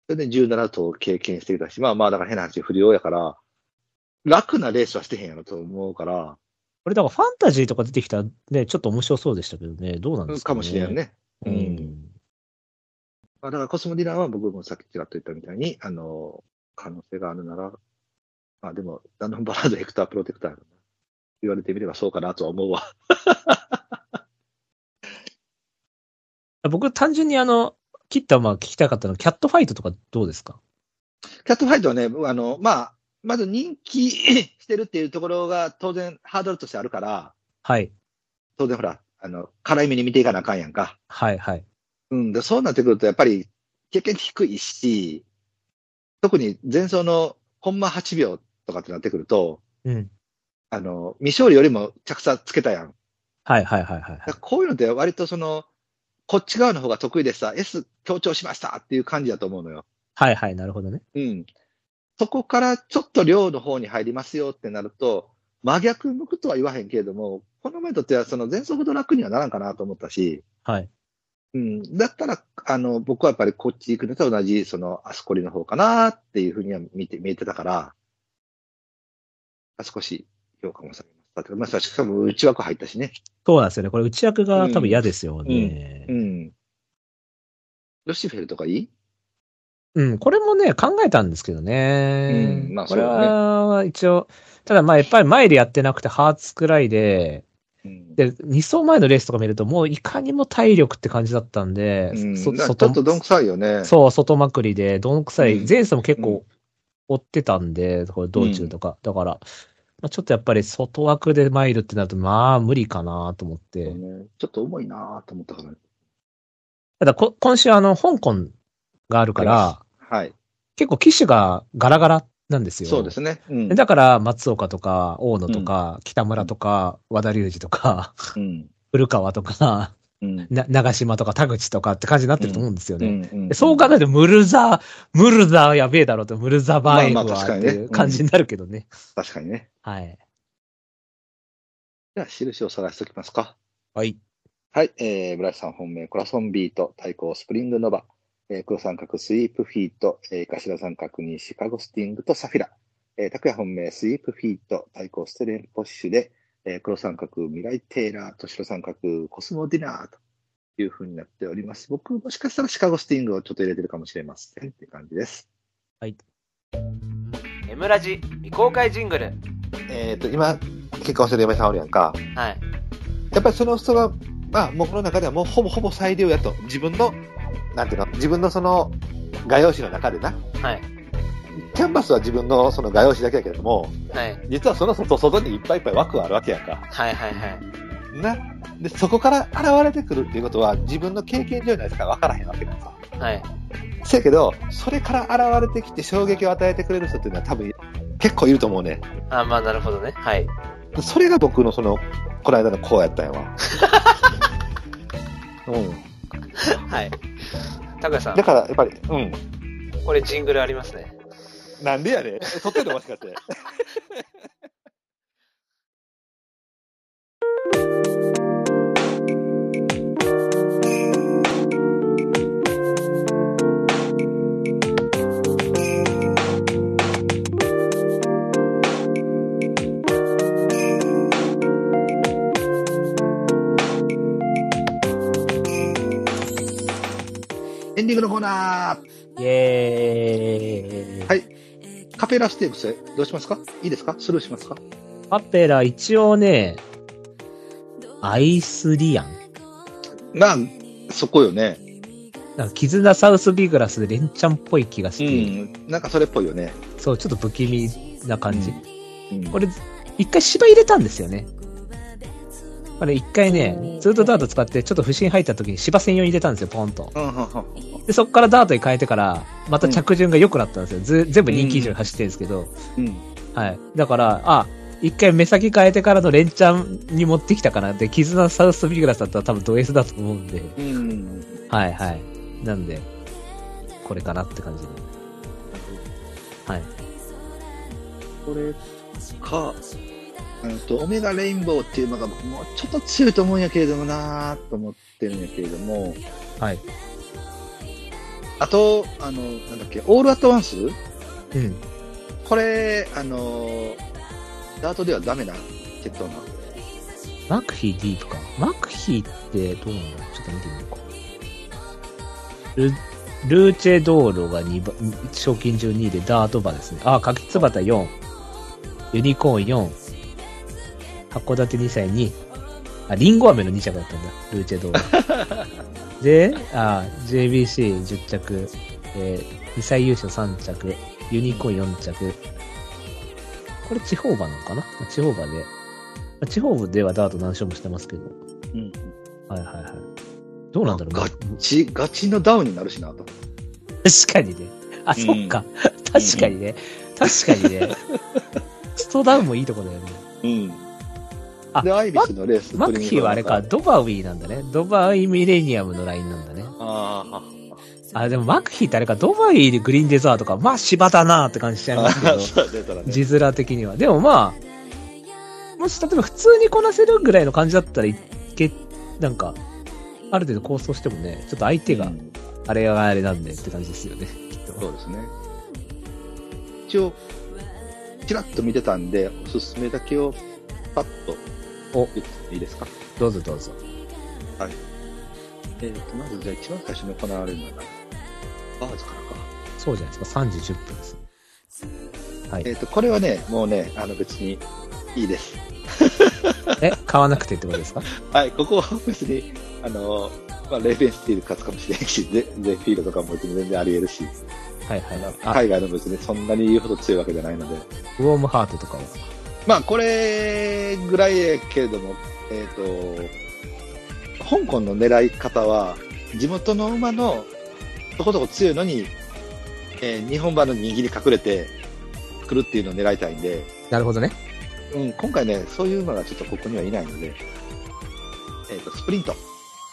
S2: それで17頭経験してきたし、まあまあ、だから変な話、不良やから、楽なレースはしてへんやろと思うから、
S1: これだからファンタジーとか出てきたらね、ちょっと面白そうでしたけどね、どうなんですか
S2: か
S1: ね。
S2: もしれん。ね。
S1: う。ん。
S2: まあ、だからコスモディラーは僕もさっきちらっと言ったみたいに、あの、可能性があるなら、まあでも、ダノンバラード、ヘクター、プロテクター、言われてみればそうかなとは思うわ。
S1: 僕、単純にあの、切ったまあ聞きたかったのは、キャットファイトとかどうですか
S2: キャットファイトはね、あの、まあ、まず人気してるっていうところが当然ハードルとしてあるから、
S1: はい。
S2: 当然ほら、あの、辛い目に見ていかなあかんやんか。
S1: はいはい。
S2: うん、で、そうなってくるとやっぱり経験値低いし、特に前走のコンマ8秒とかってなってくると、
S1: うん。
S2: あの、未勝利よりも着差つけたやん。
S1: はいはいはいはいは
S2: だ
S1: い
S2: から。こういうのって割とその、こっち側の方が得意でさ、S 強調しましたっていう感じだと思うのよ。
S1: はいはい、なるほどね。
S2: うん。そこからちょっと量の方に入りますよってなると、真逆向くとは言わへんけれども、この前とってはその全速度楽にはならんかなと思ったし、
S1: はい。
S2: うん。だったら、あの、僕はやっぱりこっち行くのと同じ、その、あそこりの方かなっていうふうには見て、見えてたから、少し評価もされましたけど、まあ、しかも内枠入ったしね。
S1: そうなんですよね。これ、内役が多分嫌ですよね。
S2: う
S1: うん
S2: ん。ロシフェルとかいい
S1: うん、これもね、考えたんですけどね。
S2: うんまあ
S1: これは、一応、ただまあ、やっぱり前でやってなくて、ハーツくらいで、
S2: うん
S1: で、2走前のレースとか見ると、もういかにも体力って感じだったんで、
S2: うん
S1: そ
S2: なんかちょっとどんくさいよね。
S1: そう、外まくりで、どんくさい、
S2: うん
S1: 前走も結構追ってたんで、これ道中とか。だから、まあ、ちょっとやっぱり外枠でマイルってなると、まあ無理かなと思って。
S2: ねちょっと重いなと思ったから、ね。
S1: ただこ、今週あの、香港があるから、
S2: あはい。
S1: 結構機種がガラガラなんですよ。
S2: そうですね。うん。
S1: でだから、松岡とか、大野とか、北村とか、和田龍二とか、
S2: うん。
S1: 古川とか、
S2: うん。
S1: な長島とか、田口とかって感じになってると思うんですよね。
S2: ん
S1: でそう考えると、ムルザー、ムルザーやべえだろうと、ムルザーバーエン
S2: まあまあ確
S1: は
S2: か
S1: っ
S2: に
S1: て
S2: ね
S1: いう感じになるけどね。
S2: 確かにね。
S1: はい。
S2: じゃあ、印を探しておきますか。
S1: はい。
S2: はい。えー、村井さん本命、コラソンビート、対抗スプリングノバ、えー、黒三角スイープフィート、えー、頭三角にシカゴスティングとサフィラ、えー、拓也本命、スイープフィート、対抗ステレンポッシュで、えー、黒三角ミライテイラーと白三角コスモディナーという風になっております。僕もしかしたらシカゴスティングをちょっと入れてるかもしれませんっていう感じです。
S3: エムラジ未公開ジングル。
S2: えっ、と、今、結婚してる嫁さんおるやんか。
S3: はい。
S2: やっぱりその人が、まあ、僕の中ではもうほぼほぼ最良やと。自分の、なんていうの、自分のその、画用紙の中でな。
S3: はい。
S2: キャンバスは自分のその画用紙だけやけれども、
S3: はい。
S2: 実はその外、外にいっぱいいっぱい枠があるわけやんか。
S3: はいはいはい。
S2: な。で、そこから現れてくるっていうことは、自分の経験上じゃないですか、わからへんわけださ。
S3: はい。
S2: せやけど、それから現れてきて衝撃を与えてくれる人っていうのは多分、結構いると思うね。
S3: あ、まあなるほどね。はい。
S2: でそれが僕のその、この間のこうやったんやわ。 <laughs> うん。
S3: はい。拓也さ
S2: だから、やっぱり、うん。
S3: ん、これジングルありますね。
S2: なんでやねん。撮ってるのもしかして。エンディングのコーナー
S1: イェーイ。
S2: はいカペラステークス、どうしますかいいですかスルーしますか
S1: カペラ、一応ね、アイスリアン。
S2: まあ、そこよね。
S1: なんか、絆サウスビーグラスで連チャンっぽい気がし
S2: う
S1: て、
S2: ん。なんかそれっぽいよね。
S1: そう、ちょっと不気味な感じ。
S2: うん
S1: これ、一回芝入れたんですよね。これ一回ね、ずっとダート使って、ちょっと不審入った時に芝専用に入れたんですよ、ポンと。
S2: うんうんうん
S1: で、そこからダートに変えてから、また着順が良くなったんですよ。ず全部人気以上に走ってるんですけど。
S2: うん。
S1: はい。だから、あ、一回目先変えてからの連チャンに持ってきたかなって、絆サウスビーグラスだったら多分ド S だと思うんで。
S2: うん。
S1: はいはい。なんで、これかなって感じで。はい。
S2: これか、うんと、オメガレインボーっていうのが僕もうちょっと強いと思うんやけれどもなーと思ってるんやけれども、
S1: はい。
S2: あと、あの、なんだっけ、オールアットワンス
S1: うん。
S2: これ、あの、ダートではダメな決闘な。
S1: マクヒー D とか。マクヒーってどうなのちょっと見てみようか。ルルーチェ道路が2番、賞金中2位でダート馬ですね。あ、柿つばた4。ユニコーン4。函館2歳2。あ、リンゴ飴の2着だったんだ。ルーチェ道路。で、あ、JBC10 着。えー、2歳優勝3着。ユニコーン4着。これ地方馬なのかな地方馬で。地方部ではダート何勝もしてますけど。
S2: うん。
S1: はいはいはい。どうなんだろう
S2: ガ
S1: 確
S2: チ、ガチのダウンになるしなと。
S1: かにね。あ、そっか。確かにね。確かにね。ストダウンもいいとこだよね。
S2: うん。
S1: あ
S2: で、アイビスのレース。
S1: マクヒーはあれか、
S2: プレミアムだ
S1: ドバウィーなんだね。ドバウィーミレニアムのラインなんだね。
S2: らあ
S1: あ、でもマクヒーってあれか、ドバウィーでグリーンデザートか、まあ芝だなーって感じしちゃ
S2: ー
S1: い
S2: あ
S1: ますけど <laughs>
S2: ー、、そう出たらね。
S1: 字面的には。でもまあ、もし例えば普通にこなせるぐらいの感じだったらいけ、なんか、ある程度構想してもね、ちょっと相手が
S2: うん
S1: あれがあれなんでって感じですよね。
S2: そうですね。一応、ちらっと見てたんで、おすすめだけをパッと
S1: お
S2: 言ってもいいですか。
S1: どうぞどうぞ。
S2: えー、と、まずじゃあ一番最初に行われるのが、バーズからか。
S1: そうじゃないですか。3時10分です。はい
S2: えっ、と、これはね、もうね、あの別にいいです。
S1: え、買わなくてってことですか
S2: はい、ここは別に、あの、まあ、レーベンスティール勝つかもしれないし、ゼゼフィールドとかも別に全然あり得るし、
S1: <laughs> はいは
S2: あの
S1: い。あ、
S2: 海外の別にそんなに言うほど強いわけじゃないので、
S1: ウォームハートとかを。
S2: まあ、これぐらいやけれども、えっ、と、香港の狙い方は、地元の馬のとことこ強いのに、えー日本馬の右に隠れてくるっていうのを狙いたいんで、
S1: なるほどね。
S2: うん、今回ね、そういう馬がちょっとここにはいないので、えっ、と、スプリント。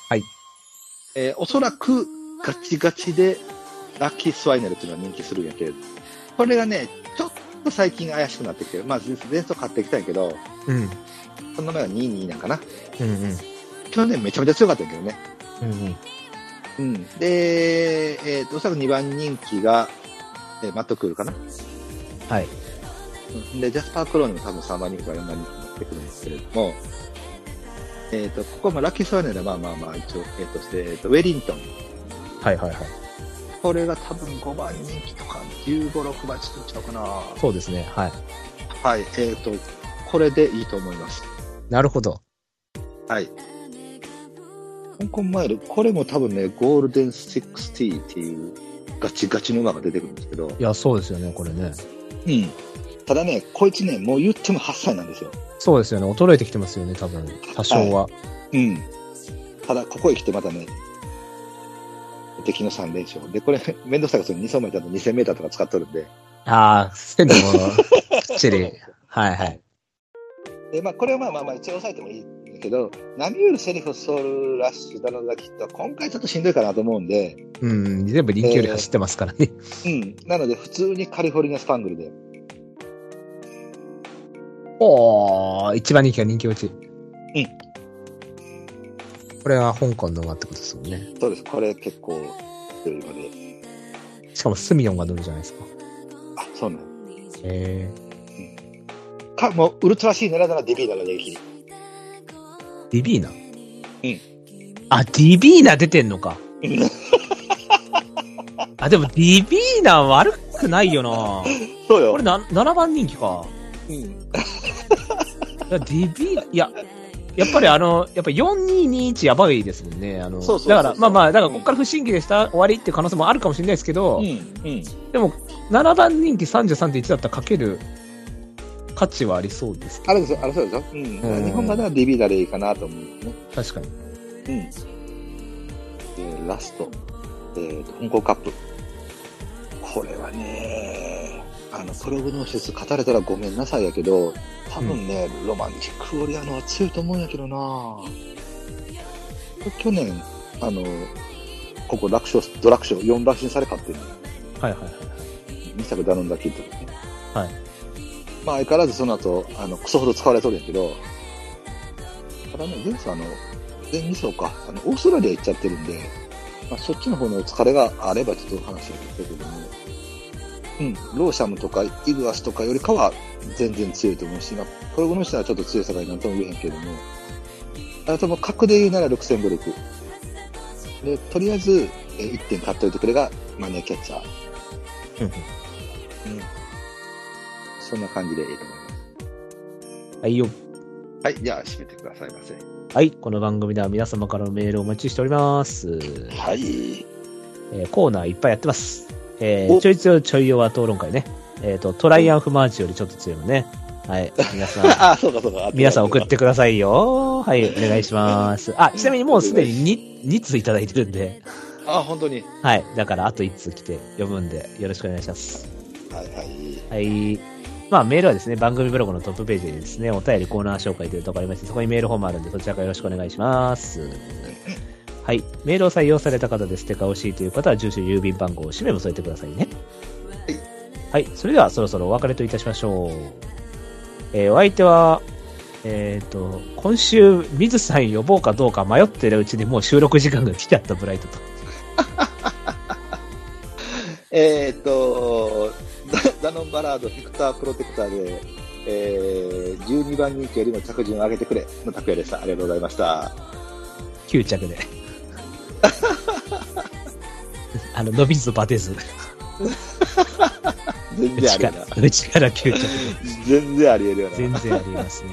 S1: はい。
S2: えーおそらくガチガチでラッキースワイネルっていうのは人気するんやけれど、これがね、ちょっと最近怪しくなってきてる。まあ、前前走買ってきたんやけど、
S1: うん。うん
S2: その前が22なんかな。
S1: うん。
S2: 去年めちゃめちゃ強かったんやけどね。
S1: うんうん。
S2: うん。で、えー、おそらく2番人気が、えーマットクールかな。
S1: はい。
S2: うんで、ジャスパークローにも多分3番人気か4番人気になってくるんですけれども、えっ、と、ここもラッキーソワネで、まあまあまあ、一応、えっ、と、して、えーとウェリントン。
S1: はいはいはい。
S2: これが多分5番人気とか、15、6番ちょっとちゃうかな。は
S1: そうですね。はい。
S2: い。えっ、と、これでいいと思います。
S1: なるほど。
S2: はい。香港マイル、これも多分ね、ゴールデン60っていうガチガチの馬が出てくるんですけど、
S1: いや、そうですよね、これね。
S2: うん。ただね、こいつね、もう言っても8歳なんですよ。
S1: そうですよね。衰えてきてますよね、多分。多少は。
S2: うん。ただ、ここへ来てまたね、敵の3連勝。で、これ、 <laughs> 面倒くさいことに2 0 0 0メーターと2000メーターとか使っとるんで、
S1: ああ、せんでも、きっちり。はいはい。
S2: で、まあ、これはまあまあまあ、一応抑えてもいいんだけど、ナミュール、セリフ、ソウル、ラッシュ、ダノザキットは今回ちょっとしんどいかなと思うんで、
S1: うん。全部人気より走ってますからね。
S2: うん。なので、普通にカリフォルニアスパングルで、
S1: おー、一番人気が人気落ち。。
S2: うん
S1: これは香港の馬ってことですもんね。
S2: そうです。これ結構強いので、
S1: しかもスミヨンが乗るじゃないですか。
S2: あ、そうなの
S1: へ
S2: か、もう、ウルトラシー狙いならディビーナができる。
S1: え。ディビーナ
S2: ん <laughs>
S1: あ、ディビーナ出てんのか。
S3: ーん
S1: あ、でも、リビーナ悪くないよな。
S2: そうよ。
S1: これな、7番人気か。
S2: うん。
S1: いや、ディビー、いや、やっぱりあの、やっぱ4221やばいですもんね。あの、
S2: そうそうそう
S1: だから、まあまあ、だからここから不審議でした、終わりっていう可能性もあるかもしれないですけど、
S2: うん。
S1: でも、7番人気33.1だったらかける価値はありそうですけ
S2: あれですよ、あれそうですよ。うん。
S1: うん
S2: 日本まではデビーダでいいかなと思うんですね。
S1: ど、確かに。
S2: うん。えーラスト。えーと、香港カップ。これはね、あの、プログノーシス語れたらごめんなさいやけど、多分ね、ロマンチックオリアノは強いと思うんやけどな去年、あの、ここ楽勝、ドラクション4馬身され勝ってる
S1: はいはいはい。
S2: 2作ダノンダキッドね。
S1: はい。
S2: まあ相変わらずその後、あの、クソほど使われとるんやけど、ただね、前走あの、前2走か、あの、オーストラリア行っちゃってるんで、まあそっちの方の疲れがあればちょっと話を聞くけども、うん、ローシャムとかイグアスとかよりかは全然強いと思うし、まあ、プログノシスはちょっと強さがなんとも言えへんけども、あともう格で言うなら6戦ブルク。で、とりあえず、え1点勝っといてくれがマネーキャッチャー。そんな感じでいいと思います。
S1: はいよ。
S2: はい、じゃあ締めてくださいませ。
S1: はい、この番組では皆様からのメールをお待ちしております。
S2: はい。 <laughs>
S1: えーコーナーいっぱいやってます。えー
S2: お
S1: ちょいちょいちょい弱討論会ね。えっ、と、トライアンフマーチよりちょっと強いのね。はい、皆さん。
S2: <laughs> あ、そうかそうか。
S1: 皆さん送ってくださいよ。はい、お願いします。あ、ちなみにもうすでに 2, 2通いただいてるんで、
S2: あ、本当に。
S1: はい、だからあと1通来て読むんで、よろしくお願いします。
S2: はいはい。
S1: はい。まあ、メールはですね、番組ブログのトップページでですね、お便りコーナー紹介というところありまして、そこにメールフォームあるんで、そちらからよろしくお願いします。はい。メールを採用された方でステッカーを欲しいという方は、住所、郵便番号、氏名も添えてくださいね。はい。それでは、そろそろお別れといたしましょう。えーお相手は、えっ、と、今週、水さん呼ぼうかどうか迷ってるうちにもう収録時間が来ちゃったブライトと。
S2: えーっと、ダダノンバラード、ヘクタープロテクターで、えー、12番人気よりも着順を上げてくれの拓也でした。ありがとうございました。
S1: 9着で。 <laughs> あの、伸びずとバテず。
S2: 全
S1: う
S2: 然あ
S1: ち
S2: り
S1: か
S2: え
S1: ら、うちから9着。
S2: な。全然ありえるよな。
S1: 全然ありますね。